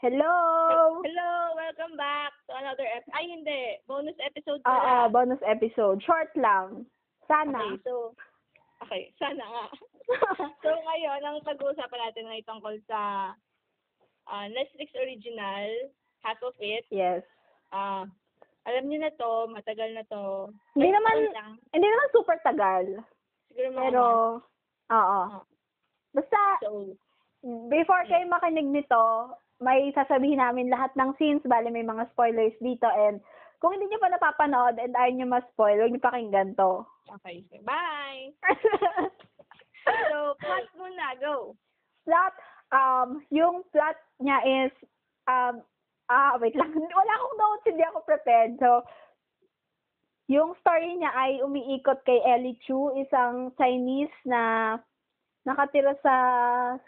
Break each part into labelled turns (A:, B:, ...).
A: Hello!
B: Hello! Welcome back to another ep- Ay, hindi. Bonus
A: Oo,
B: episode pala.
A: Ah, bonus episode. Short lang. Sana.
B: Okay, so, okay. Sana nga. so, ngayon, ang pag-uusapan natin ay tungkol sa ah, Netflix original, Half of It.
A: yes.
B: Ah, alam niyo na to, matagal na to.
A: Hindi
B: Like,
A: naman-
B: taon lang.
A: Hindi naman super tagal.
B: Siguro mga
A: Pero, oo.
B: Oo.
A: Basta,
B: months. So,
A: before kayo makinig nito, may sasabihin namin lahat ng scenes. Bale, may mga spoilers dito. And kung hindi nyo pa napapanood and ayaw nyo ma-spoil, huwag nyo pakinggan to.
B: okay. Bye! So, plot muna. Go!
A: plot, um, yung plot niya is, um, ah, wait lang, wala akong notes, hindi ako prepared. So, yung story niya ay umiikot kay Ellie Chu, isang Chinese na nakatira sa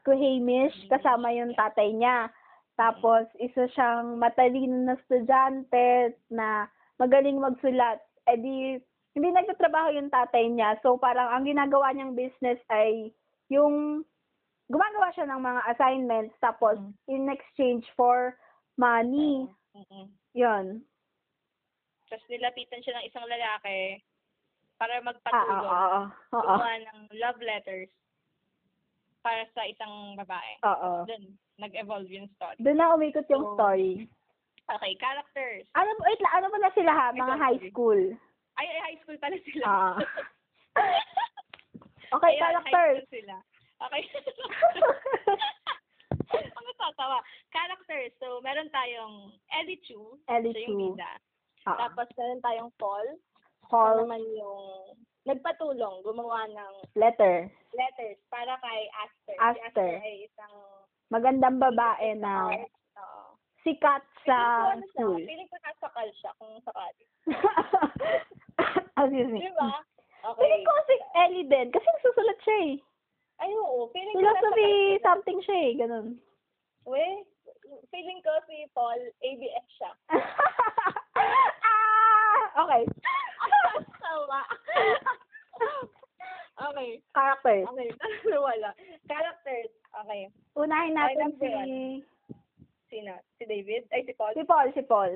A: Squamish kasama yung tatay niya. Tapos, isa siyang matalino na estudyante na magaling magsulat. Eh di, hindi nagtatrabaho yung tatay niya. So, parang ang ginagawa niyang business ay yung gumagawa siya ng mga assignments tapos
B: Mm.
A: in exchange for money.
B: Mm-mm.
A: Yun.
B: Tapos nilapitan siya ng isang lalaki
A: Ah,
B: para
A: oo,
B: magpatulong.
A: oo. Oo.
B: gumawa ng love letters para sa isang babae.
A: Oo.
B: Doon, nag-evolve yung story.
A: Doon na umikot yung
B: So,
A: story.
B: Okay, characters.
A: Ano, wait, lang, ano ba na sila ha? Mga
B: Ito,
A: high
B: sorry.
A: school.
B: Ay, ay, high school pala sila.
A: Ah. Okay,
B: Ayan,
A: characters.
B: High school sila. Okay. Ang natatawa. Characters. So, meron tayong Ellie Chu.
A: Ellie Chu. Ah.
B: siya yung bida.
A: Oo.
B: Tapos, ano? meron tayong Paul. Paul
A: Call
B: naman yung nagpatulong gumawa ng
A: letter.
B: letters para kay Aster. Si
A: Aster. Ah.
B: Aster ay isang...
A: Magandang babae na
B: Oo.
A: sikat sa
B: Feeling ko ano siya,
A: school.
B: Feeling ko nasakal siya kung sakali.
A: Excuse me.
B: Di ba?
A: Mm,
B: Okay.
A: Feeling ko si Ellie din. Kasi nagsusulat siya eh.
B: Ay, oo. Feeling ko
A: Philosophy
B: nasakal siya.
A: something siya eh. Ganun.
B: We, feeling ko si Paul, ABS siya.
A: ah! Okay.
B: Sawa. okay.
A: Characters.
B: Okay. Wala. Characters. Okay.
A: Unahin natin
B: Ay,
A: si...
B: Sino? Si David? Ay, si Paul?
A: Si Paul, si Paul.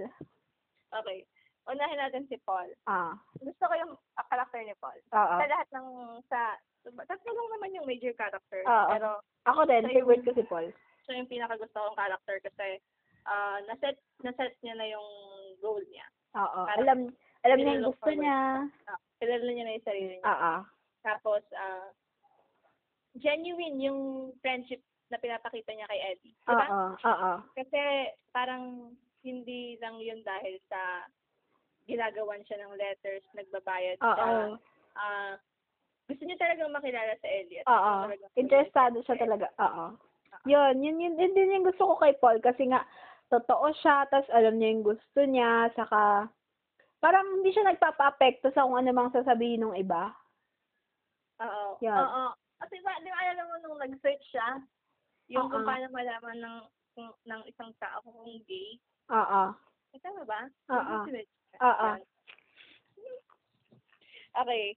B: Okay. Unahin natin si Paul.
A: Ah.
B: Gusto ko yung ah, character ni Paul.
A: Oo.
B: Sa lahat ng... sa Tatlo lang naman yung major character.
A: Oo.
B: Pero
A: Ako din,
B: Sa iyo.
A: favorite ko si Paul.
B: siya yung pinakagusto kong character kasi ah naset naset niya na yung goal niya.
A: Oo.
B: Parang
A: Alam, alam niya yung
B: nilook
A: gusto
B: forward
A: niya.
B: Ah, kilala niya na yung sarili niya.
A: Oo.
B: Tapos, ah genuine yung friendship na pinapakita niya kay Eddie. Diba?
A: Oo. Oo.
B: Kasi parang hindi lang yun dahil sa ginagawan siya ng letters, nagbabayad
A: Oo.
B: siya. Ah, gusto niya talagang makilala sa Ellie. at
A: Oo.
B: gusto talagang-
A: Interesado siya talaga. Oo. Yun, yun, yun, yun din yung gusto ko kay Paul kasi nga, totoo siya, tas alam niya yung gusto niya, saka, parang hindi siya nagpapa-apekto sa kung ano mang sasabihin ng iba.
B: Oo.
A: Yan.
B: Oo. Kasi ba, di ba alam mo nung nag-search siya, yung
A: Oo.
B: kung paano malaman ng kung- ng isang tao kung gay.
A: Oo.
B: Eh, tama ba?
A: Oo.
B: Yung search niya.
A: Oo.
B: Yan. Okay.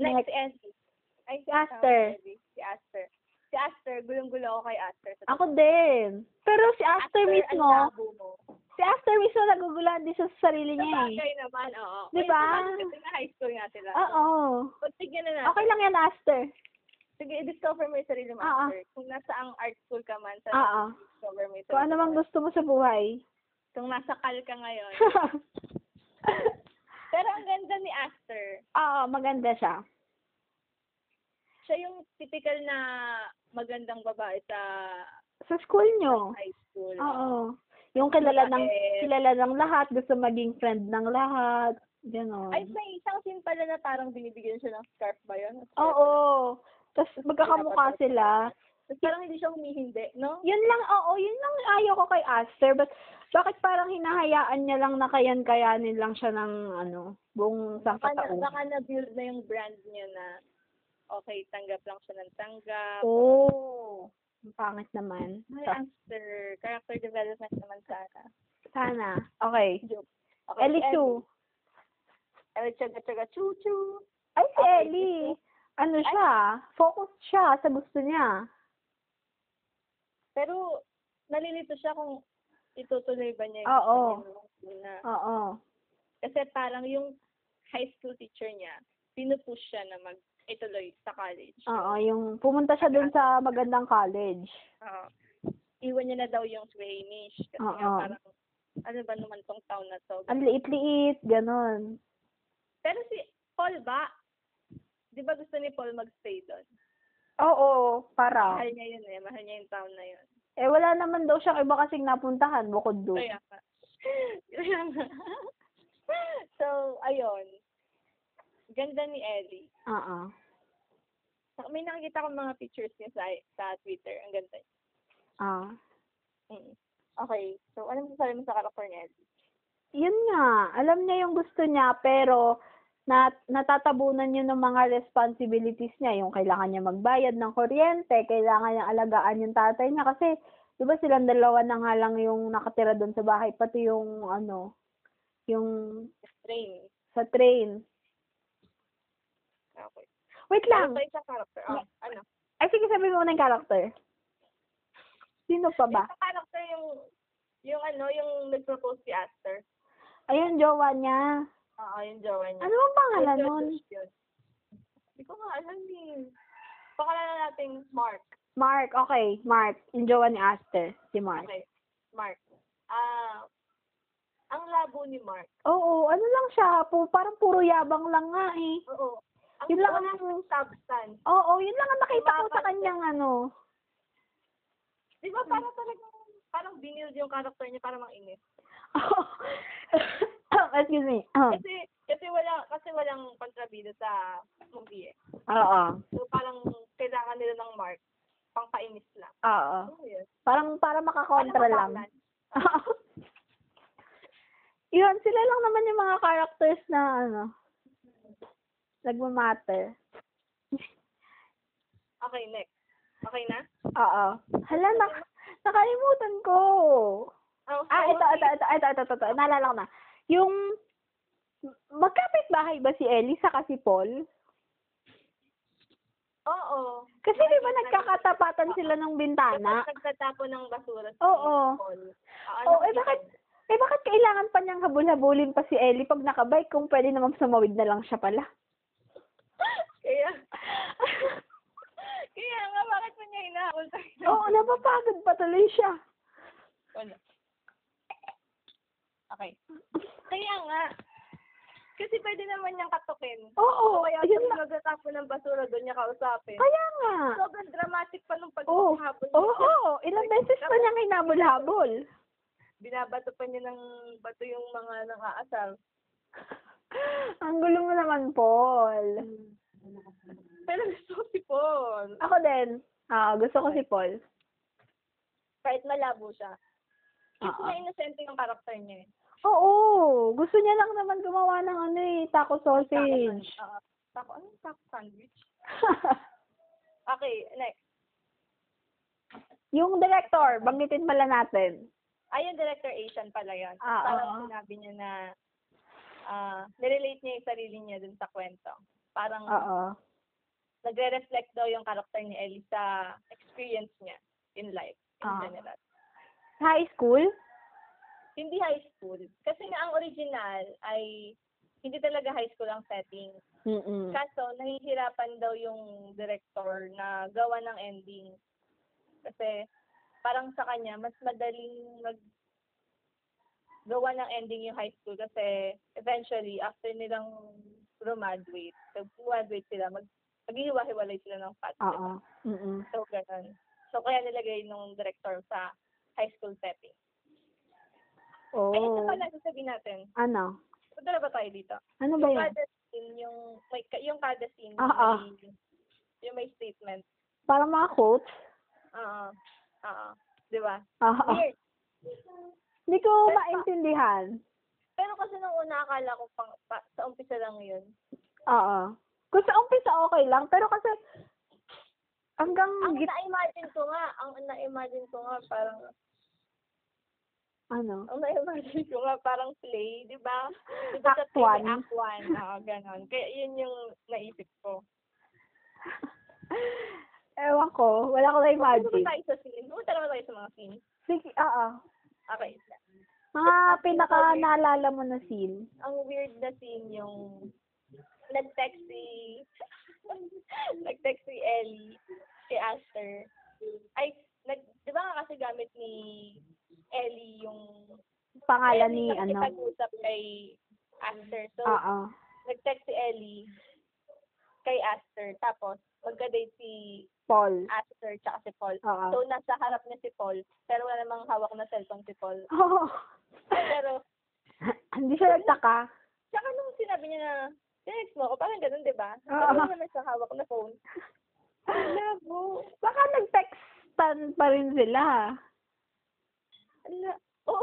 A: Next.
B: Next, si Andy. Ay, si
A: Aster.
B: Aster. Si Aster. Si Aster, gulong-gulo ako kay Aster. Sa
A: Ako din. Pero si Aster mismo,
B: ang labo mo.
A: si Aster mismo nagugulan din siya sa sarili
B: Sa
A: niya eh.
B: bagay naman, oo.
A: Di ba?
B: Kasi na high school nga sila.
A: Oo.
B: Pag tignan na natin.
A: Okay lang yan, Aster.
B: Sige, i-discover mo yung sarili mo
A: Oo.
B: after. Kung nasa ang art school ka man, sa
A: Oo.
B: discover mo yung sarili
A: Kung ano mang
B: mo.
A: gusto mo sa buhay.
B: Kung nasa kal ka ngayon. Pero ang ganda ni Aster,
A: Oo, maganda siya.
B: siya yung typical na magandang babae sa
A: Sa school nyo.
B: high school.
A: Oo. Yung kilala ng
B: Mabait.
A: kilala ng lahat, gusto maging friend ng lahat. Ganon.
B: Ay, may isang scene pala na parang binibigyan siya ng scarf ba yun?
A: Oo. Tapos magkakamukha sila.
B: Tapos parang hindi siya humihindi, no?
A: Yun lang, oo, yun lang ayaw ko kay Aster. But bakit parang hinahayaan niya lang na kayan-kayanin lang siya ng ano, buong isang
B: Baka, na,
A: kataon.
B: baka na-build na yung brand niya na okay, tanggap lang siya ng tanggap.
A: Oo. Ang pangit naman.
B: May
A: So,
B: Aster, character development naman sana.
A: sana. Okay.
B: Joke. Okay,
A: Ellie Chu.
B: Ellie. Ano, tsaga-tsaga, chu-chu.
A: Ay, si
B: Okay,
A: Ellie,
B: sige.
A: ano
B: Ay.
A: siya, focus siya sa gusto niya.
B: Pero, nalilito siya kung itutuloy ba niya
A: Oo.
B: gusto niya na-
A: Oo.
B: Kasi parang yung high school teacher niya, pinupush siya na mag ituloy sa college.
A: Oo, yung pumunta siya dun sa magandang college.
B: Oo. Ah, iwan niya na daw yung Spanish. Kasi nga
A: Oo.
B: parang, ano ba naman tong town na to.
A: Ang liit-liit, ganun.
B: Pero si Paul ba, di ba gusto ni Paul mag-stay doon?
A: Oo, para.
B: Mahal niya yun eh. Mahal niya yung town na yun.
A: Eh, wala naman daw siyang iba kasing napuntahan bukod doon.
B: Kaya nga. Kaya nga. so, ayun. Ganda ni Ellie.
A: Oo.
B: Saka May nakikita ko mga pictures niya sa, sa Twitter. Ang ganda niya.
A: Ah.
B: Mm. Okay. So, ano masasabi mo sa karakter ni Ellie?
A: Yun nga, alam niya yung gusto niya, pero nat natatabunan niya ng mga responsibilities niya. Yung kailangan niya magbayad ng kuryente, kailangan niya alagaan yung tatay niya. Kasi, di ba silang dalawa na nga lang yung nakatira doon sa bahay, pati yung ano, yung
B: Train.
A: sa train.
B: Okay.
A: Wait
B: Lang.
A: lang!
B: Sa isang karakter. Oh, ano?
A: Ay, sige, sabi mo na yung character. Sino pa ba?
B: Sa karakter yung, yung ano, yung nag-propose si Aster.
A: Ayun, jowa niya.
B: Oo, yung jowa niya.
A: Ano ang pangalan
B: Yung
A: nun?
B: Jojo's yun. Hindi ko nga alam eh. Pakalanan natin Mark.
A: Mark, okay. Mark. Yung jowa ni Aster. Si Mark.
B: Okay. Mark. Ah, ang labo ni Mark.
A: Oo, ano lang siya, pu- parang puro yabang lang nga eh.
B: Oo. Ang
A: Yun lang
B: wala siyang substance.
A: Oo, yun lang ang nakita ko sa kanyang ano.
B: Di ba parang talagang, parang binild yung character niya para mainis.
A: Excuse me.
B: Kasi, kasi wala, kasi walang kontrabida sa movie eh.
A: Oo.
B: So parang kailangan nila ng Mark. Pangpainis lang.
A: Oo.
B: Oh, yes. Ano
A: Parang para makakontra
B: Walang
A: Ah. lang.
B: kapalan.
A: yun, sila lang naman yung mga characters na ano, nagmamatter.
B: Okay, next. Okay na?
A: Oo. Hala, na, nakalimutan ko.
B: Oh,
A: Ah,
B: so,
A: ito, ito, ito, ito, ito, ito, ito. Naalala ko na. Yung, magkapit bahay ba si Ellie sa si Paul?
B: Oo.
A: Kasi di ba nagkakatapatan sila ng bintana?
B: Tapos nagtatapo ng basura ah, sa
A: Oo.
B: hall. ano
A: Oo, eh bakit, eh bakit kailangan pa niyang habul-habulin pa si Ellie pag nakabike kung pwede naman sumawid na lang siya pala?
B: Kaya, kaya nga, bakit mo niya hinahabol sa
A: Oo, ano napapagod pa tuloy siya.
B: Wala. Okay. Kaya nga, kasi pwede naman niyang katukin.
A: Oo,
B: Kaya eh.
A: yun
B: kung
A: na.
B: magtatapo ng basura doon niya kausapin.
A: Kaya nga.
B: Sobrang dramatic pa nung
A: Oo,
B: pagkahabol niya.
A: oo, ilang beses pa niyang hinabol-habol.
B: Binabato pa niya ng bato yung mga nakaasal.
A: Ang gulo mo naman, Paul.
B: Hmm. Pero gusto ko si Paul.
A: Ako din. Ah, gusto ko si Paul.
B: Kahit malabo siya. Kasi
A: Oo.
B: na inosente yung karakter niya. eh.
A: Oo, gusto niya lang naman gumawa ng ano eh, taco sausage.
B: Oo. Taco, ano yung taco sandwich? Okay, next.
A: yung director, banggitin pala natin.
B: Ay, yung director Asian pala yun.
A: Ah,
B: Parang
A: oo.
B: sinabi niya na ah nirelate niya yung sarili niya dun sa kwento. Parang
A: Oo.
B: nagre-reflect daw yung karakter ni Ellie sa experience niya in life, in
A: Ah.
B: general.
A: High school?
B: Hindi high school. Kasi nga ang original ay hindi talaga high school ang setting.
A: Mm-mm.
B: Kaso, nahihirapan daw yung director na gawa ng ending. Kasi, parang sa kanya, mas madaling mag gawa ng ending yung high school kasi eventually, after nilang graduate, pag graduate sila, mag maghihiwa-hiwalay sila ng path. di
A: Oo.
B: ba?
A: Mm-mm.
B: So, ganun. So, kaya nilagay nung director sa high school setting. Ay, ito
A: Oo.
B: pala sasabihin natin.
A: Ano?
B: Punta na ba tayo dito?
A: Ano ba Ah,
B: Yung
A: yun?
B: kada scene, yung, may, ka- yung kada scene, yung
A: Oo.
B: may, yung may statement.
A: Parang mga quotes? Ah,
B: Oo. Oo. Di ba?
A: Oo.
B: Weird.
A: Hindi ko maintindihan.
B: Pero kasi nung una, akala ko pang, pa, sa umpisa lang yun.
A: Oo. Kung sa umpisa okay lang, pero kasi hanggang
B: Ang
A: git-
B: na-imagine ko nga, ang na-imagine ko nga, parang,
A: Ano?
B: Ang na-imagine ko nga, parang play, di ba? Di ba sa
A: Act
B: play,
A: one.
B: Act 1, oo, ganon. Kaya yun yung naisip ko.
A: Ewan ko. Wala ko
B: Punta
A: na-imagine.
B: tayo sa scene. Punta naman tayo sa mga scene.
A: Sige, oo.
B: Okay.
A: Mga Ah, pinaka-naalala mo na scene.
B: Ang weird na scene yung nag-text si nag-text si Ellie si Aster. Ay, nag, di ba nga kasi gamit ni Ellie yung
A: Pangalan ni,
B: Ellie kasi
A: ano? Ah.
B: pag-usap kay Aster. So,
A: Oo.
B: nag-text si Ellie kay Aster. Tapos, magka-date si
A: Paul.
B: Aster tsaka si Paul.
A: Oo.
B: So, nasa harap niya si Paul. Pero wala namang hawak na cellphone si Paul.
A: Oo.
B: pero,
A: Hindi siya nagtaka.
B: tsaka nung sinabi niya na, text mo ako, parang ganun, di ba?
A: Oo.
B: Pero wala naman siya hawak na phone.
A: Labo. Baka nag-textan pa rin sila.
B: Ala, oo,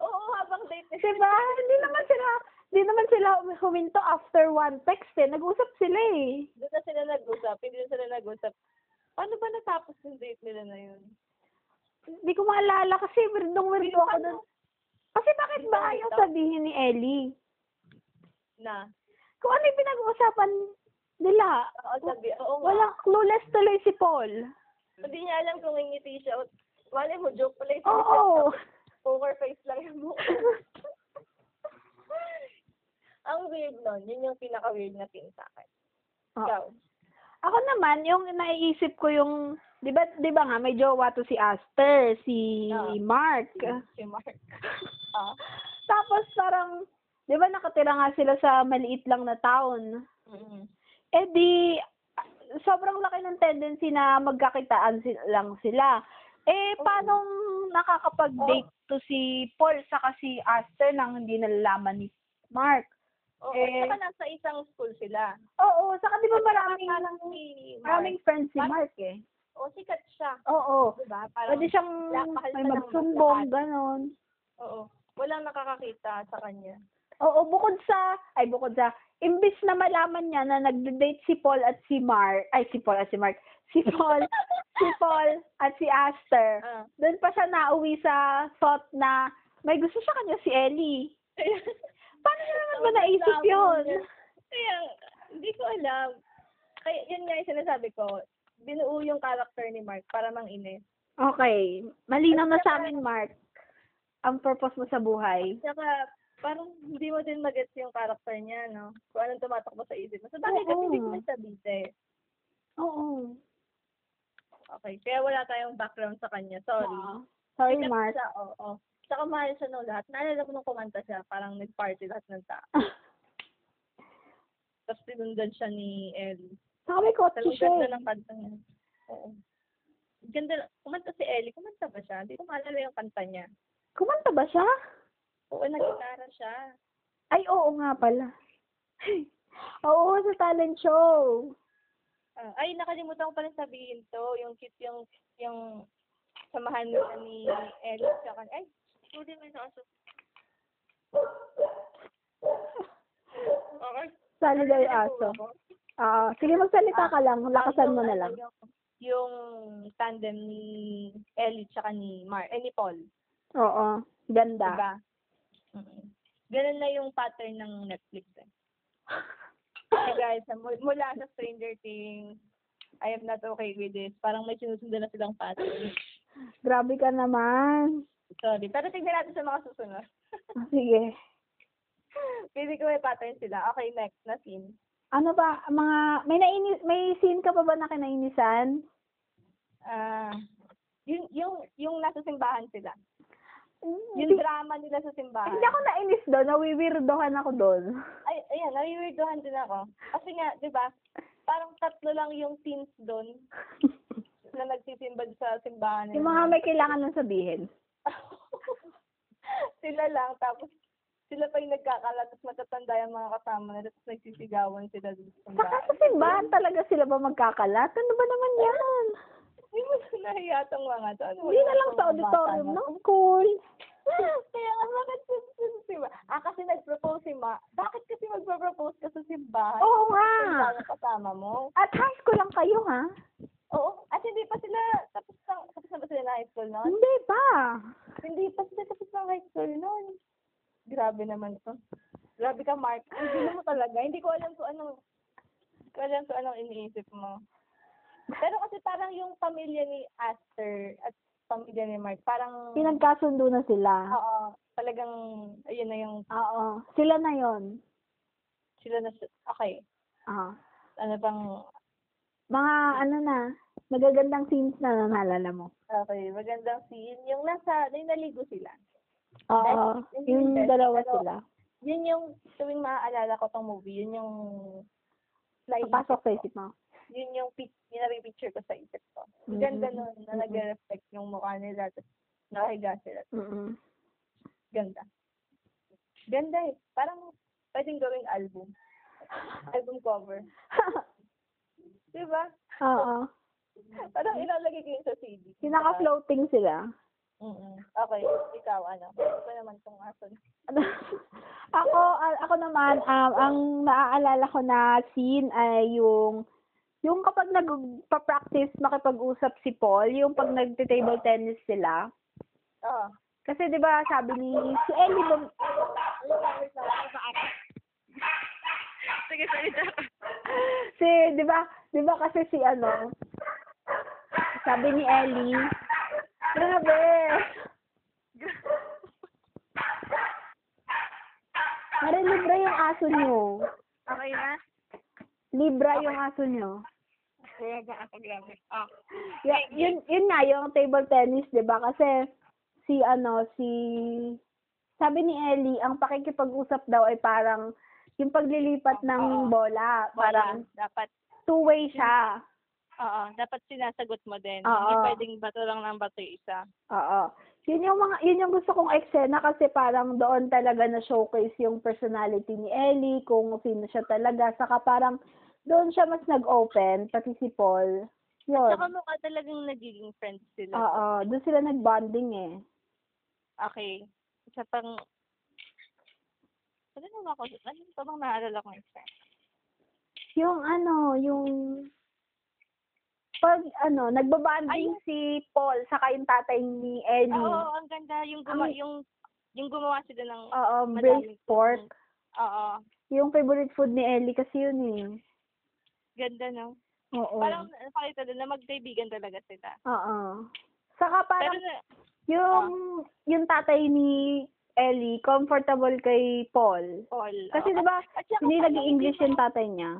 B: oo, habang date nila.
A: Diba? Hindi naman sila, hindi naman sila hum- huminto after one text eh. Nag-usap sila eh.
B: Doon na sila nag-usap, hindi na sila nag-usap. Paano ba natapos yung date nila na yun?
A: Hindi ko maalala kasi weirdong weirdo ako nun. Kasi bakit ba ayaw sabihin ni Ellie?
B: Na,
A: Kung ano yung pinag-uusapan nila.
B: oo, sabi, oo nga.
A: Walang clueless tuloy si Paul.
B: Hindi niya alam kung ngingiti siya. o- Wala mo, joke pala yung
A: Oo.
B: poker face lang yung mukha. Ang weird nun, yun yung pinaka-weird na scene sa akin.
A: Oo.
B: Ikaw,
A: Ako naman, yung naiisip ko yung, di ba, di ba nga, may jowa to si Aster, si
B: Oo.
A: Mark.
B: si, si Mark. Ah.
A: Tapos parang, di ba nakatira nga sila sa maliit lang na town.
B: mm
A: Eh di, sobrang laki ng tendency na magkakitaan si- lang sila. Eh,
B: Oo.
A: paano nakakapag-date to si Paul saka si Aster nang hindi nalalaman ni Mark?
B: Oo,
A: Eh,
B: saka nasa isang school sila.
A: Oo, saka di ba maraming,
B: Parang si
A: maraming friends si
B: Mark.
A: Mark eh.
B: O, sikat siya.
A: Oo.
B: Diba? Parang,
A: Pwede siyang
B: wala- mahal
A: may
B: ka ng
A: magsumbong,
B: lahat.
A: ganon.
B: oo, walang nakakakita sa kanya.
A: Oo, bukod sa, ay bukod sa, imbis na malaman niya na nagde-date si Paul at si Mark, ay si Paul at si Mark, si Paul, si Paul at si Aster,
B: Ah.
A: doon pa siya nauwi sa thought na may gusto siya kanya si Ellie. Paano niya naman ba naisip yun?
B: Kaya, hindi ko alam. Kaya, yun nga yung sinasabi ko. Binuo yung character ni Mark para mang inis.
A: Okay, malinaw na sa amin, Mark, ang purpose mo sa buhay.
B: Saka, parang hindi mo din magets yung character niya, no? Kung anong tumatakbo sa isip mo. So, bakit
A: Oo.
B: kasi hindi ko man sabite?
A: Oo.
B: Okay, kaya wala tayong background sa kanya. Sorry.
A: Oo. Ah, Sorry,
B: Sikat
A: Mark.
B: Siya, oo. Oh, Saka mahal siya nung lahat. Naalala ko nung kumanta siya, parang nag-party lahat ng tao. Tapos tinundan siya ni Ellie.
A: Saka may kotse
B: Talagang
A: siya.
B: ganda
A: eh.
B: ng kanta niya. Oo. Ganda, lang- kumanta si Ellie. Kumanta ba siya? Hindi ko maalala yung kanta niya.
A: Kumanta ba siya?
B: Oo, nag-gitara siya.
A: Ay, oo nga pala. oo, sa talent show.
B: Ah, ay, nakalimutan ko pala sabihin to. Yung kit yung, yung samahan nila ni Ellie sa kan. Ay, sorry may nakaso. Okay.
A: Sali Ano daw yung aso. Ah, sige, magsalita ka lang. Lakasan mo na lang.
B: Yung, yung tandem ni Ellie tsaka ni Mar, eh, ni Paul.
A: Oo. Ganda.
B: Diba? Mm-mm. Ganun na yung pattern ng Netflix eh. Hey guys, mu- mula sa Stranger Things, I am not okay with this. Parang may sinusundan na silang pattern.
A: Grabe ka naman.
B: Sorry. Pero tignan natin sa mga susunod.
A: Ah, Sige.
B: Pili ko may pattern sila. Okay, next na scene.
A: Ano ba, mga, may nainis, may scene ka pa ba na kinainisan?
B: Ah, yung, yung, yung nasa simbahan sila. Yung
A: Hindi,
B: drama nila sa simbahan.
A: hindi ako nainis doon. Nawiwirdohan ako doon.
B: Ay, ayan, naiwirdohan din ako. Kasi nga, di ba, parang tatlo lang yung teens doon na nagsisimba sa simbahan.
A: Yung mga may kailangan nang sabihin.
B: sila lang, tapos sila pa yung nagkakala, tapos matatanda yung mga kasama nila, tapos nagsisigawan sila doon sa
A: Saka
B: simbahan.
A: sa simbahan talaga sila ba magkakalat? Ano ba naman yan?
B: Hindi mo na nahiya tong mga to. Ano
A: Hindi na lang sa auditorium, no? Ang cool.
B: Kaya nga, bakit sa sa simbahan? Ah, kasi nag-propose si Ma. Bakit kasi mag-propose ka sa simbahan?
A: Oo nga.
B: Simbahan ang kasama mo.
A: At high school lang kayo, ha?
B: Oo. At hindi pa sila, tapos na, tapos na ba sila na high school noon?
A: Hindi pa.
B: Hindi, tapos na tapos ng high school noon. Grabe naman to. Grabe ka, Mark. Hindi mo talaga. Hindi ko alam kung anong, hindi ko alam kung anong iniisip mo. Pero kasi parang yung pamilya ni Aster at pamilya ni Mark, parang,
A: Pinagkasundo na sila.
B: oo, talagang, ayun na yung,
A: Oo. Sila na yon.
B: sila na, si- okay,
A: Oo.
B: ano bang,
A: Mga ano na, magagandang scenes na na naalala mo.
B: okay, magandang scene. Yung nasa, yung naligo sila.
A: Oo.
B: Best-
A: Yung
B: best,
A: dalawa
B: pero
A: sila.
B: Yun yung, tuwing maaalala ko tong movie, yun yung, flying
A: Papasok sa isip mo.
B: yun yung, pic- yung napipicture ko sa isip ko. Ang
A: Mm,
B: Ganda
A: mm,
B: nun, na
A: mm, mm.
B: nag-reflect yung mukha nila, tapos nakahiga sila.
A: Mm-mm.
B: Ganda. Ganda eh. Parang pwedeng gawing album. Album cover. Di ba?
A: Oo.
B: Parang ilalagay ko yun sa CD.
A: Yung naka-floating sila.
B: Mm-mm. Okay, ikaw, ano? Ito naman tong aso.
A: Ano? ako a- ako naman um ang naaalala ko na scene ay yung yung kapag nagpa-practice makipag-usap si Paul, yung pag nagte-table tennis sila.
B: Oo.
A: Kasi 'di ba sabi ni si Ellie ba
B: Sige, sige.
A: si 'di ba 'di ba kasi si ano sabi ni Ellie grabe Pare libra yung aso niyo.
B: Okay na?
A: Libra yung aso niyo.
B: Kaya ba ako grabe? Ah.
A: Yeah, yun, yun nga, yung table tennis, di ba? Kasi si ano, si... Sabi ni Ellie, ang pakikipag-usap daw ay parang yung paglilipat ng bola. Parang
B: dapat,
A: two-way
B: Hmm.
A: siya.
B: oo, dapat sinasagot mo din.
A: Oo.
B: Hindi pwedeng bato lang ng bato yung isa.
A: Oo. Yun yung mga yun yung gusto kong eksena kasi parang doon talaga na showcase yung personality ni Ellie, kung sino siya talaga, saka parang doon siya mas nag-open pati si Paul. Yun.
B: Saka mukha talagang nagiging friends sila.
A: Oo, doon sila nag-bonding eh.
B: Okay. Isa pang... Ano naman ako? Ano pa bang naalala ko isa?
A: Yung ano, yung pag ano, nagbabanding si Paul saka yung tatay ni Ellie.
B: Oo,
A: Oo,
B: ang ganda. Yung, gumawa
A: Ay.
B: yung, yung gumawa sila ng...
A: braised
B: madaming-
A: pork.
B: Oo.
A: Yung favorite food ni Ellie kasi yun eh.
B: Ganda, no?
A: Oo.
B: Parang nakakita din na magkaibigan talaga sila.
A: Oo. Saka
B: Pero
A: parang
B: na,
A: yung yung tatay ni Ellie comfortable kay Paul.
B: all.
A: Kasi
B: oo.
A: 'di ba,
B: At saka
A: hindi
B: parang
A: nag-English
B: hindi
A: yung
B: mo-
A: tatay niya.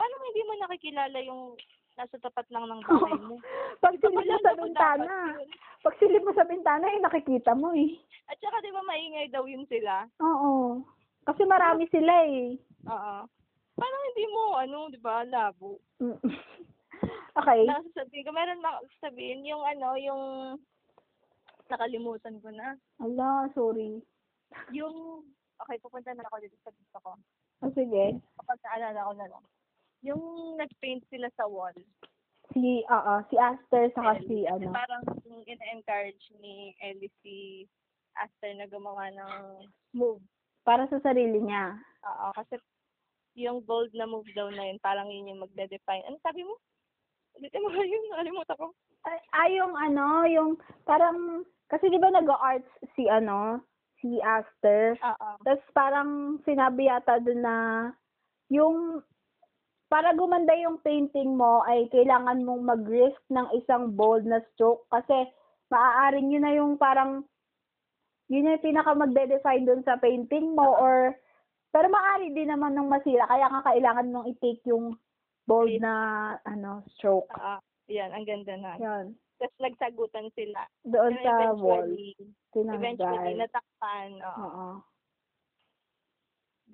B: Paano hindi mo nakikilala yung nasa tapat lang ng bahay mo?
A: Pag
B: Di ba,
A: silip mo sa
B: kilala mo dapat
A: bintana,
B: yun?
A: pag silip mo sa bintana, eh, nakikita mo eh.
B: At saka di ba maingay daw yun sila?
A: Oo. Kasi marami sila eh.
B: Oo. Parang hindi mo, ano, di ba, labo.
A: Mm. okay.
B: Nakasasabihin ko, meron na sabihin, yung ano, yung nakalimutan ko na.
A: Ala, sorry.
B: Yung, okay, pupunta na ako dito sa gusto ko.
A: O Ah, sige.
B: Kapag naalala ko na lang. Yung nag-paint sila sa wall.
A: Si, oo, si Aster saka si,
B: Ellie.
A: ano.
B: Parang yung ina-encourage ni Ellie si Aster na gumawa ng move.
A: Para sa sarili niya.
B: Oo, kasi yung gold na move daw na yun, parang yun yung magde-define. Ano sabi mo? Ulitin mo yun, nakalimutan ko.
A: Ay, ay, yung ano, yung parang, kasi di ba nag-arts si, ano, si Aster.
B: Oo.
A: Tapos parang sinabi yata doon na, yung, para gumanda yung painting mo ay kailangan mong mag-risk ng isang bold na stroke kasi maaaring yun na yung parang yun na yung pinaka magde-define doon sa painting mo or pero maaari din naman nung masira kaya nga kailangan mong i-take yung bold
B: Risk.
A: na ano stroke.
B: Oo. Yan, ang ganda na.
A: Yun.
B: Tapos nagsagutan sila.
A: Doon
B: Pero
A: sa wall. Hmm.
B: eventually- Eventually,
A: Tinanggal.
B: natakpan. Oo.
A: Oo.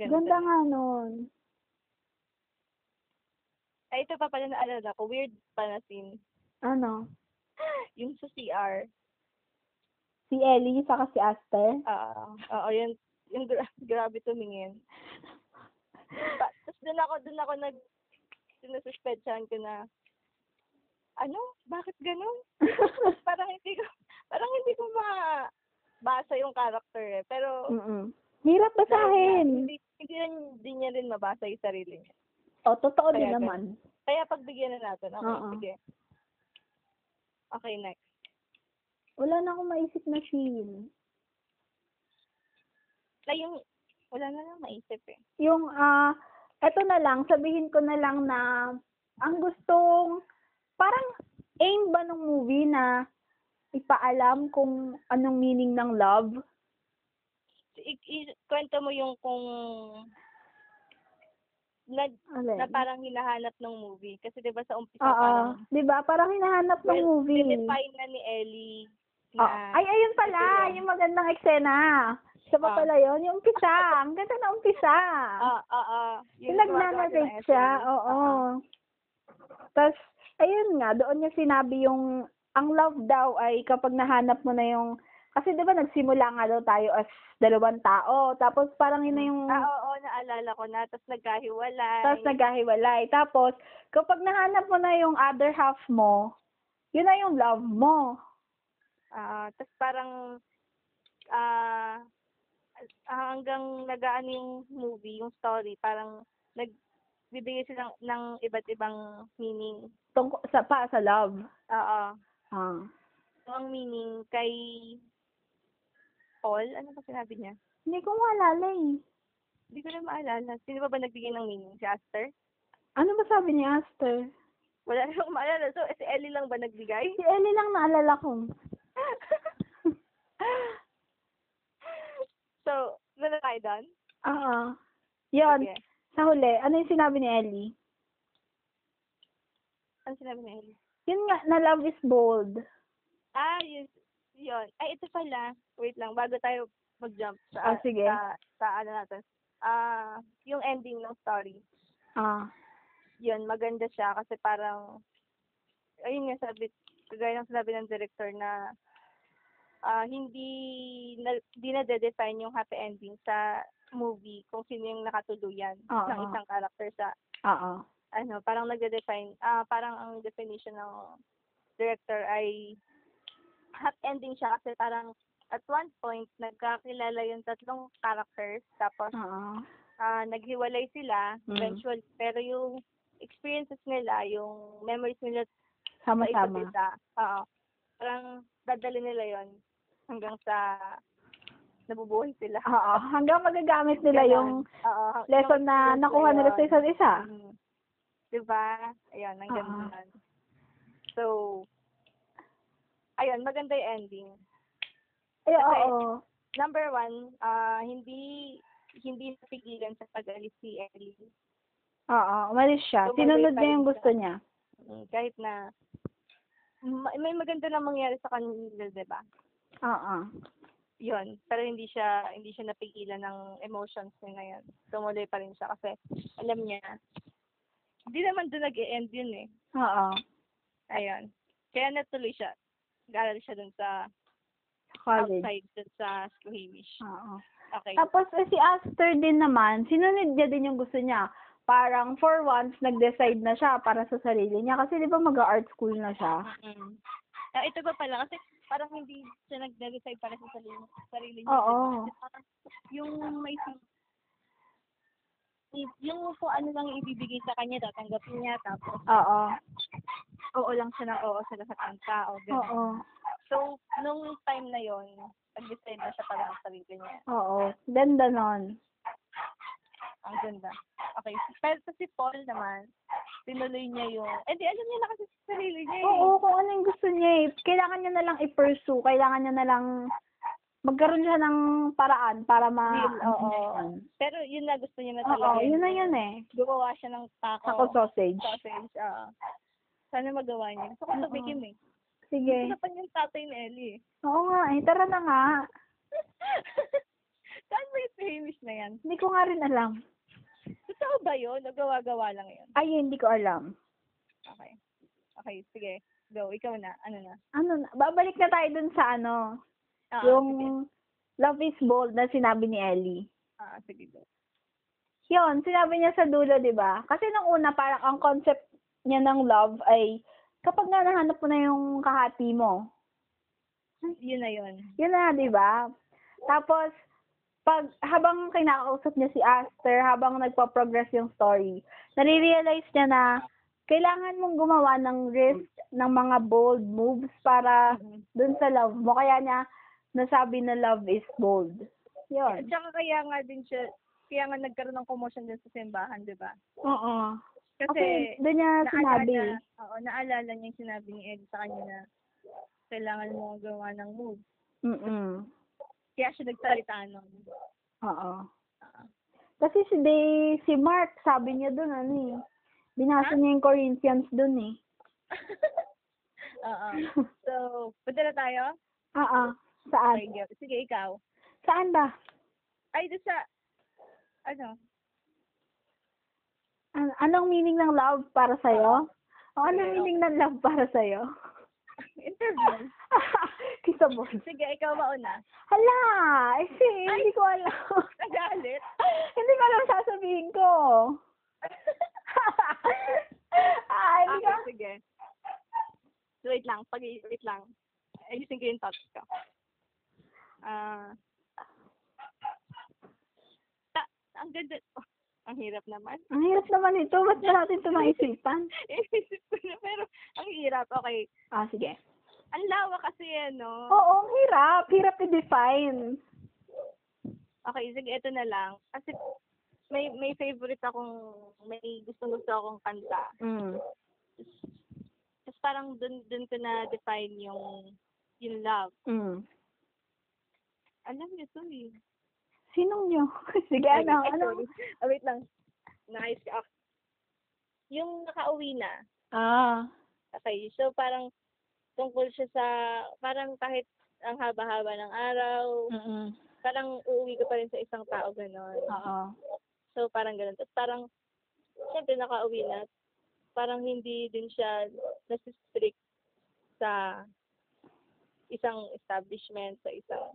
B: Ganda.
A: Ganda nga nun.
B: Ay, ito pa pala naalala ko. Weird pa na scene.
A: Ano?
B: Yung sa CR.
A: Si Ellie saka si Aster.
B: Oo. ah, Oo, yun. Yung gra- grabe tumingin. Pa- Tapos doon ako, doon ako nag, sinususpetsyahan ko na, ano? Bakit ganun? Parang hindi ko, parang hindi ko ma basa yung character eh. Pero,
A: Mm-mm. Hirap Hmm. basahin.
B: hindi, hindi, rin- hindi niya rin mabasa yung sarili niya.
A: O, totoo din
B: Kaya
A: naman.
B: Kaya pagbigyan na natin. Okay,
A: Oo.
B: sige. Okay, next.
A: Wala na akong maisip na film.
B: Na yung, wala na lang maisip eh.
A: Yung, ah, eto na lang, sabihin ko na lang na ang gustong, parang aim ba ng movie na ipaalam kung anong meaning ng love?
B: I, i- kwento mo yung kung na,
A: Alin?
B: na parang hinahanap ng movie. Kasi di ba sa umpisa
A: Oo.
B: parang
A: Di ba? Parang hinahanap ng
B: Well,
A: movie.
B: define na ni Ellie na
A: Oo. Ay, ayun pala.
B: Ito yun.
A: Yung magandang eksena. Siya pa
B: Ah.
A: pala yun. Yung umpisa. Ang ganda na umpisa.
B: ah, ah, ah,
A: yung
B: gumagawa ng
A: nagnanarrate siya.
B: essay.
A: Oo.
B: Ah, ah.
A: Tapos, ayun nga. Doon niya sinabi yung ang love daw ay kapag nahanap mo na yung kasi di ba nagsimula nga daw tayo as dalawang tao. Tapos parang yun na yung
B: Ah, oo, naalala ko na. Tapos nagkahiwalay.
A: tapos nagkahiwalay. Tapos, kapag nahanap mo na yung other half mo, yun na yung love mo.
B: Ah, tapos parang ah ah, hanggang nagaan yung movie, yung story, parang nagbibigay sila ng, ng iba't ibang meaning.
A: Tungko, sa, pa sa love.
B: Oo.
A: Ah.
B: So, ang meaning kay Paul, ano ba sinabi niya?
A: Hindi ko maalala eh.
B: Hindi ko na maalala. Sino ba ba nagbigay ng meaning? Si Aster?
A: Ano ba sabi ni Aster?
B: Wala na akong maalala. So, si Ellie lang ba nagbigay?
A: Si Ellie lang naalala ko.
B: so, wala tayo doon?
A: Oo. Ah, Yun,
B: Sige.
A: sa huli, ano yung sinabi ni Ellie?
B: Ano sinabi ni Ellie?
A: Yun nga, na love is bold.
B: Ah, yun. Yun. Ay, ito pala. Wait lang, bago tayo mag-jump
A: Ah,
B: sa,
A: sige.
B: sa, sa ano natin. Ah, yung ending ng story.
A: Ah.
B: Yun, maganda siya kasi parang, ayun nga sabi, kagaya ng sinabi ng director na ah, hindi na, hindi na define yung happy ending sa movie kung sino yung nakatuluyan
A: Oo.
B: ng isang character sa
A: Oo.
B: ano, parang nagde-define, ah, parang ang definition ng director ay happy ending siya kasi parang at one point nagkakilala yung tatlong characters tapos
A: Oo.
B: ah, naghiwalay sila
A: Mm.
B: eventually pero yung experiences nila, yung memories nila
A: Ah,
B: sa isa't
A: Sama-sama.
B: isa, oo, parang dadali nila yon hanggang sa nabubuhay sila.
A: Oo. Ah, Hanggang magagamit nila yung
B: Oo, hang-
A: lesson na
B: yung-
A: nakuha nila sa
B: yun.
A: isa't isa.
B: Mm. Diba? Ayan, ang ganda
A: Oo.
B: nun. So, ayun, maganda yung ending.
A: Ay,
B: Kasi-
A: oo.
B: Number one, ah, hindi hindi napigilan sa pag-alis si Ellie.
A: Oo. Ah, Umalis siya.
B: Tumagal
A: Sinunod
B: pa
A: niya
B: rin
A: yung
B: siya.
A: gusto niya.
B: Mm, Kahit na ma- may maganda na mangyari sa kanila, di ba?
A: Oo.
B: Yun. Pero hindi siya hindi siya napigilan ng emotions niya na yun. Tumuloy pa rin siya kasi alam niya. Hindi naman doon nag-e-end yun eh.
A: Oo.
B: Ayun. Kaya natuloy siya. Nag-aral siya dun sa
A: College. Ah,
B: outside dun sa Squamish.
A: Oo.
B: Okay.
A: Tapos eh, si Aster din naman, sinunod niya din yung gusto niya. Parang for once, nag-decide na siya para sa sarili niya. Kasi di ba mag-art school na siya?
B: Mm. Ah, ito ba pala? Kasi parang hindi siya nag-decide para sa sarili, sarili niya.
A: Oo.
B: Kasi parang yung may sin- i- yung kung ano lang yung ibibigay sa kanya, tatanggapin niya, tapos
A: Oo.
B: oo lang siya ng oo sa lahat ng tao. ganun.
A: Oo.
B: So, nung time na yon nag-decide na siya para sa sarili niya.
A: Oo. Ganda nun.
B: Ang ganda. Okay. Pero si Paul naman, tinuloy niya yung, eh di alam niya na kasi sa sarili niya eh.
A: Oo, kung ano yung gusto niya eh. Kailangan niya na lang i-pursue. Kailangan niya na lang magkaroon siya ng paraan para ma...
B: Real, oo. Pero yun na gusto niya na
A: Oo,
B: talaga.
A: yun na yun eh.
B: Gumawa siya ng taco.
A: Taco sausage.
B: Sausage, oo. Sana magawa niya. Gusto ko
A: Oo.
B: tumikim eh.
A: Sige.
B: Gusto pa niya yung tatay ni Ellie eh.
A: Oo nga eh. Tara na nga.
B: Saan ba yung famous na yan?
A: Hindi ko nga rin alam.
B: Totoo ba yun? O gawa-gawa lang yun?
A: Ay, hindi ko alam.
B: Okay. Okay, sige. Go. Ikaw na. Ano na?
A: Ano na? Babalik na tayo dun sa ano.
B: Ah,
A: yung
B: Sige.
A: Love is Bold na sinabi ni Ellie.
B: Ah, sige. Go.
A: Yun, sinabi niya sa dulo, di ba? Kasi nung una, parang ang concept niya ng love ay kapag nga nahanap mo na yung kahati mo.
B: Yun na yun.
A: Yun na, di ba? Tapos, pag, habang kinakausap niya si Aster, habang nagpa-progress yung story, nare-realize niya na kailangan mong gumawa ng risk, ng mga bold moves para
B: Mm.
A: dun sa love mo. Kaya niya nasabi na love is bold.
B: At
A: Yun.
B: saka kaya nga din siya, kaya nga nagkaroon ng commotion din sa simbahan, di ba?
A: Oo.
B: Kasi,
A: Kasi, doon niya sinabi.
B: naalala, oo, naalala niya yung sinabi ni Ed sa kanya na kailangan mo gawa ng move.
A: Mm-mm.
B: Kaya siya nagsalita nun. Ah.
A: Oo. Kasi si, Day, si Mark, sabi niya doon, ano eh. Binasa niya yung Corinthians doon eh.
B: Oo. So, punta na tayo?
A: Oo. Saan?
B: Sige, sige, ikaw.
A: Saan ba?
B: Ay, doon sa, ano?
A: An- anong meaning ng love para sa'yo? O anong
B: Okay,
A: meaning ng love para sa'yo?
B: Interview.
A: Kisa mo.
B: Sige, ikaw mauna.
A: Hala! Eh, si-
B: Ay!
A: hindi ko alam.
B: Nagalit.
A: hindi ko alam sasabihin ko. Ay, hindi
B: okay,
A: ko.
B: Ah, sige. Wait lang, pag wait lang. Ayusin ko yung thoughts ko. Ah. ta- ang ganda. oh, ang hirap naman.
A: Ang hirap naman ito. Ba't ba natin ito naisipan?
B: Inisip ko na, pero ang hirap. Okay.
A: Ah, sige.
B: Ang lawa kasi ano. yan, no?
A: Oo, ang hirap. Hirap i-define.
B: Okay, sige, ito na lang. Kasi may may favorite akong, may gustong-gusto akong kanta.
A: Mm.
B: Tapos parang dun, dun ko na-define yung, yung love.
A: Mm.
B: Alam niyo to eh.
A: Sinong nyo? sige,
B: Ay,
A: ano?
B: ay,
A: Ano?
B: sorry. Ah, wait lang. Nice ka. Yung nakauwi na.
A: Ah.
B: Okay, so parang tungkol siya sa, parang kahit ang haba-haba ng araw,
A: Mm-mm.
B: parang uuwi ka pa rin sa isang tao, gano'n.
A: Oo.
B: So parang gano'n. Tapos parang, syempre nakauwi na, parang hindi din siya nasistrict sa isang establishment, sa isang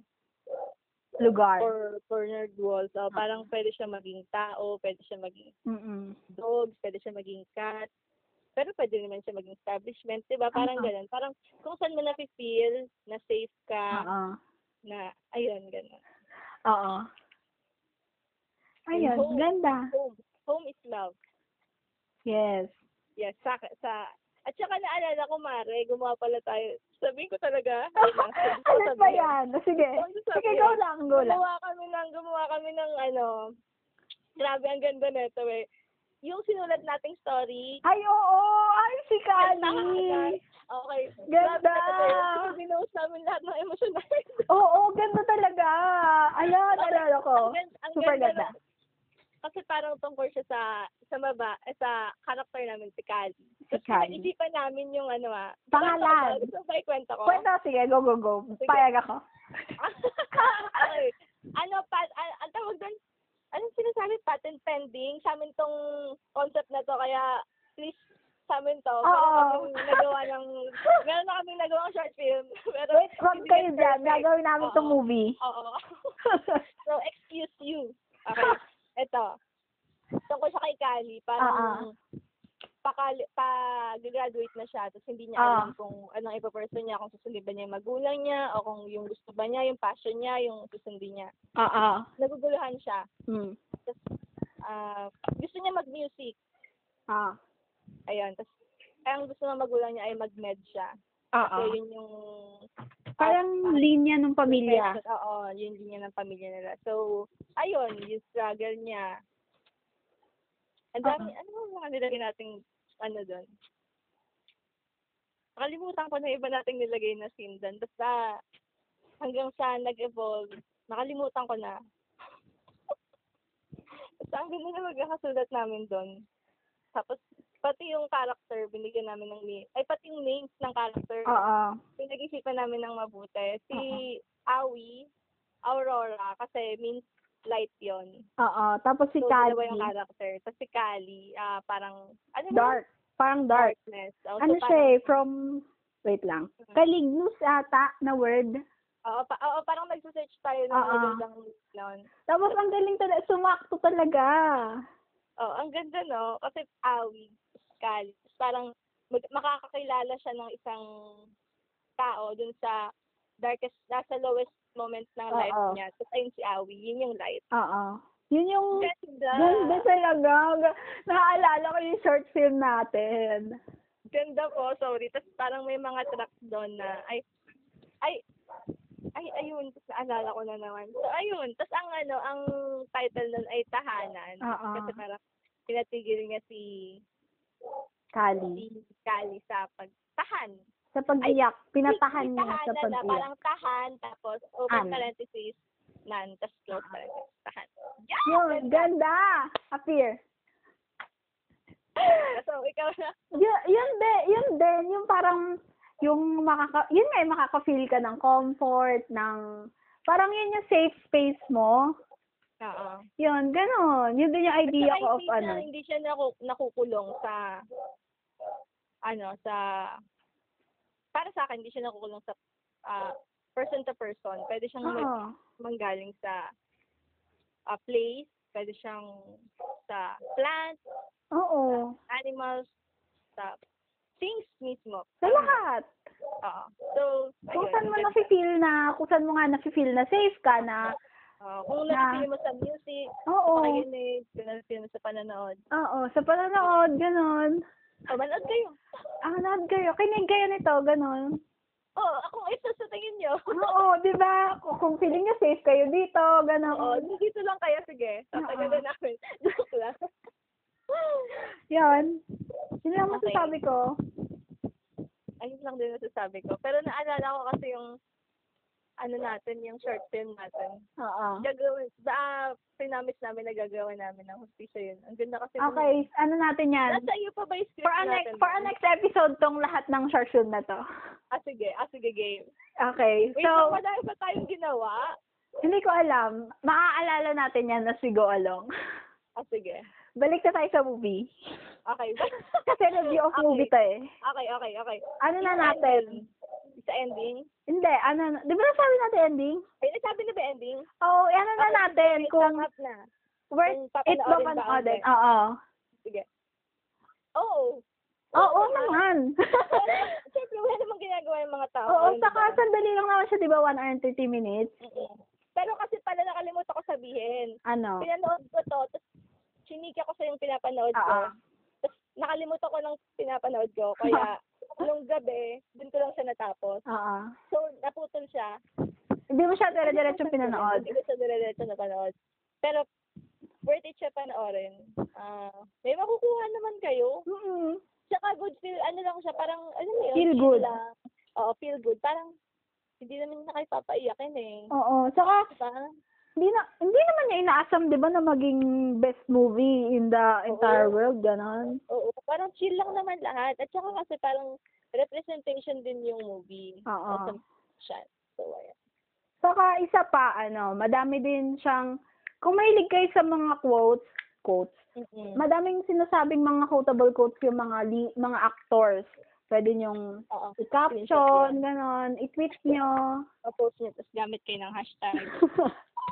A: Lugar.
B: or cornered wall.
A: Ah.
B: So parang pwede siya maging tao, pwede siya maging
A: Mm-mm.
B: dogs, pwede siya maging cat, pero pwede naman siya maging establishment, di ba? Parang
A: Oo.
B: ganun. Parang kung saan mo na-feel na safe ka,
A: Oo.
B: na ayun, ganun.
A: Oo. Ayun,
B: Yung home.
A: ganda.
B: Home. Home is love.
A: Yes.
B: Yes, sa, sa, at saka naalala ko, Mare, gumawa pala tayo. Sabihin ko talaga.
A: ano ba yan? Sige. Sige, go lang, go lang.
B: Gumawa kami ng, gumawa kami ng ano, grabe, ang ganda nito eh. Yung sinulat nating story,
A: Ay, oo! Ay, si Kali!
B: okay.
A: Ganda!
B: Grabe talaga yun. Binuhos namin lahat ng emosyon namin.
A: Oo, ganda talaga! Ayan, naalala ko.
B: Ang, gan- ang
A: Oh, Super
B: ganda.
A: ganda.
B: nun. Kasi parang tungkol siya sa sa baba, eh, sa karakter namin si Kali.
A: Si
B: Tapos
A: Kali.
B: Naisipan namin yung ano ah.
A: Pangalan.
B: Gusto ba ikwento ko?
A: Kwento, sige, go, go, go.
B: Sige.
A: Payag ako.
B: okay. Ano pa an, ang tawag doon? Anong sinasabi? Patent pending. Sa amin tong concept na to kaya please sa amin to. Meron
A: Oo.
B: kaming nagawa ng meron na kaming nagawa ng short film. Pero
A: Wait, huwag
B: hindi
A: kayo
B: yun
A: dyan.
B: perfect.
A: Gagawin namin
B: Oo.
A: itong movie.
B: Oo. so excuse you. Okay. Ito. Tungkol siya kay Kali, parang
A: Oo.
B: pakali, pag-graduate na siya, tapos hindi niya
A: Oo.
B: alam kung anong ipaperson niya, kung susundin ba niya yung magulang niya, o kung yung gusto ba niya, yung passion niya, yung susundin niya.
A: Oo.
B: Naguguluhan siya.
A: Ah, Hmm.
B: Ah, gusto niya mag-music.
A: Ah.
B: Ayan. Tapos, ang gusto ng magulang niya ay mag-med siya.
A: Oo.
B: So, yun yung...
A: Ah, Parang linya ng pamilya.
B: Oo, yun din niya ng pamilya nila. So, ayun, yung struggle niya. Ang dami, ano ba mga nilagay nating, ano doon? Nakalimutan ko na iba nating nilagay na scene doon. Basta, hanggang sa nag-evolve, nakalimutan ko na. Basta, ang ganda na magkakasulat namin doon. Tapos, pati yung character, binigyan namin ng name. Ay, pati yung names ng character
A: Oo.
B: pinag-isipan namin ng mabuti. Si Awi, Aurora, kasi means light yon.
A: Oo. Ah, Tapos si
B: So,
A: Kali.
B: dalawa yung character. Tapos si Kali, ah, parang, ano yun?
A: Dark. Parang dark.
B: Darkness. Oh, so
A: Ano siya
B: parang, Mm-hmm.
A: eh, from... Wait lang. Kalignus ata na word.
B: Oo, pa, oo, parang nagsusearch tayo ng
A: Oo.
B: magandang noon.
A: Tapos ang galing talaga. Sumakto talaga.
B: Oo, ang ganda, no? Kasi Awi, Kali. Tapos parang, mag- makakakilala siya ng isang tao dun sa darkest, nasa lowest moment ng life
A: Oo.
B: niya. Tapos ayun si Awi, yun yung light.
A: Oo. Ah, Yun yung
B: Ganda.
A: ganda talaga. Ga- Naaalala ko yung short film natin.
B: Ganda po, sorry. Tapos parang may mga tracks doon na, ay, ay, ay, ayun, tapos naalala ko na naman. So, ayun, tapos ang ano, ang title nun ay Tahanan.
A: Oo.
B: Kasi parang pinatigil niya si,
A: Kali.
B: si Kali sa pagtahan.
A: Sa pag-iyak, pinatahan niya sa
B: tahanan na,
A: pag-iyak.
B: parang tahan, tapos open
A: An.
B: parenthesis, nan, tapos close parenthesis, tahan. Yeah!
A: Ah. Yun, ganda! Appear.
B: So, ikaw na.
A: Yun, yun, de, yun din, yung parang, yung makaka, yun nga, yung makaka-feel ka ng comfort, ng, parang yun yung safe space mo.
B: Oo.
A: Yun, ganun. Yun din yung idea
B: Saka
A: ko of
B: hindi
A: ano.
B: Siya, hindi siya naku, nakukulong sa, ano, sa, para sa akin, hindi siya nakukulong sa, ah, person to person. Pwede siyang mag,
A: Oo.
B: manggaling sa ah, place, pwede siyang sa plants,
A: Oo.
B: animals, sa things mismo.
A: Sa lahat.
B: Oo. So,
A: Kung
B: ayun,
A: saan mo
B: yun.
A: nafe-feel na, kung saan mo nga nafe-feel na safe ka na,
B: Oo, kung
A: na-
B: napili mo sa music,
A: oo,
B: pakikinig, kung napili mo sa pananood,
A: oo, sa pananood, ganun.
B: oh, manood kayo.
A: Ah, nanood kayo, kinig kayo nito, ganun.
B: Oo, ako isa sa tingin niyo.
A: Oo, di ba? Kung- Kung feeling nyo safe kayo dito,
B: Oo,
A: ganun.
B: dito lang kaya, sige. Tatagalin namin. Joke lang.
A: Yun. Yun lang
B: Okay.
A: masasabi ko.
B: Ayun lang din masasabi ko. Pero naalala ko kasi yung ano natin, yung short film natin.
A: Oo.
B: Gagawin, ba, ah, pinamis namin na gagawa namin ng hostisya yun. Ang ganda kasi. nun.
A: Okay, ano natin yan?
B: Nasa iyo pa ba yung script
A: For our next,
B: natin?
A: for our next episode tong lahat ng short film na to.
B: Ah, sige. Ah, sige, game.
A: Okay,
B: Wait,
A: so,
B: so, madami pa tayong ginawa.
A: hindi ko alam. Maaalala natin yan as we go along.
B: Ah, sige.
A: Balik na tayo sa movie.
B: Okay.
A: Kasi review of
B: Okay.
A: movie to eh.
B: Okay, okay, okay.
A: Ano na natin?
B: Sa ending.
A: Hindi, ano na. Di ba nasabi natin ending?
B: Ay, nasabi na ba ending?
A: Oo, oh, ano na
B: Okay,
A: natin
B: sige,
A: kung
B: sum up na.
A: worth
B: ah, Kung
A: it ba
B: papanoodin ba o
A: panoodin.
B: hindi.
A: Oo.
B: Sige. Oo.
A: Oo
B: ah.
A: naman.
B: Siyempre, wala namang ginagawa ng mga tao.
A: Oo,
B: Yun,
A: saka
B: diba?
A: sandali lang naman siya, di ba? 1 hour and 30 minutes.
B: Mm-mm. Pero kasi pala nakalimutan ko sabihin.
A: Ano?
B: Pinanood ko to, tapos chinika ko sa yung pinapanood ko.
A: Oo.
B: Tapos nakalimutan ko ng pinapanood ko. Kaya, nung gabi, dun ko lang siya natapos.
A: Oo.
B: So, naputol siya.
A: Hindi mo siya dire-diretso pinanood.
B: Hindi ko siya dire-diretso napanood. Pero, worth it siya panoorin. Ah, may makukuha naman kayo.
A: Mm-mm.
B: Tsaka good feel, ano lang siya, parang, ano mo yun?
A: Feel good.
B: Lang. Oo, feel good. Parang, hindi naman na kayo papaiyakin eh.
A: Oo. Saka,
B: Diba?
A: hindi, na, hindi naman niya inaasam, di ba, na maging best movie in the entire
B: Oo.
A: world, ganon.
B: Oo, parang chill lang naman lahat. At saka kasi parang representation din yung movie.
A: Oo.
B: Or some shit. So, ayan.
A: Saka, isa pa, ano, madami din siyang, kung mahilig kayo sa mga quotes, quotes,
B: Mm-mm.
A: madaming sinasabing mga quotable quotes yung mga li- mga actors. Pwede niyong
B: Oo.
A: i-caption, ganon, i-tweet niyo.
B: Tapos niya, tapos gamit kayo ng hashtag.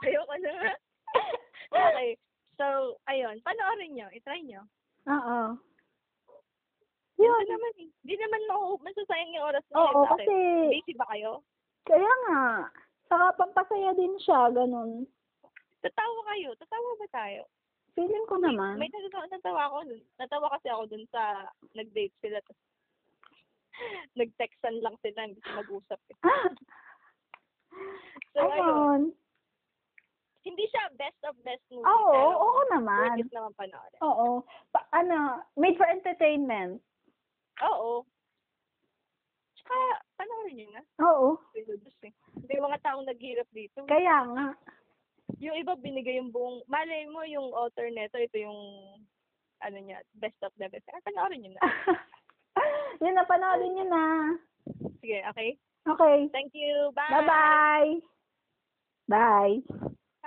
B: Ayoko na nga. okay. So, ayun. Panoorin nyo. I-try nyo.
A: Oo. Yun.
B: Yun. Hindi naman, eh. Hindi naman mau- masasayang yung oras nyo.
A: Oo, kasi,
B: Busy ba kayo?
A: kaya nga, saka pampasaya din siya, ganon.
B: Tatawa kayo. Tatawa ba tayo?
A: Feeling ko naman.
B: May natawa, natawa ako dun. Natawa kasi ako dun sa nag-date sila. tas Nag-textan lang sila. Hindi sila mag-usap. eh. So, ayun.
A: Ayun.
B: Hindi siya best of best movie.
A: Oo,
B: pero
A: oo
B: Worth
A: naman.
B: it naman panoorin.
A: Oo. Pa- ano, made for entertainment.
B: Oo. Tsaka, panoorin nyo na.
A: Oo.
B: Pinudus eh. May mga taong naghirap dito.
A: Kaya nga.
B: Yung iba binigay yung buong, malay mo yung author neto, ito yung, ano niya, best of the best. Ah, panoorin nyo na.
A: yun na, panoorin niyo na.
B: Sige, okay?
A: Okay.
B: Thank you. Bye!
A: Bye-bye. Bye.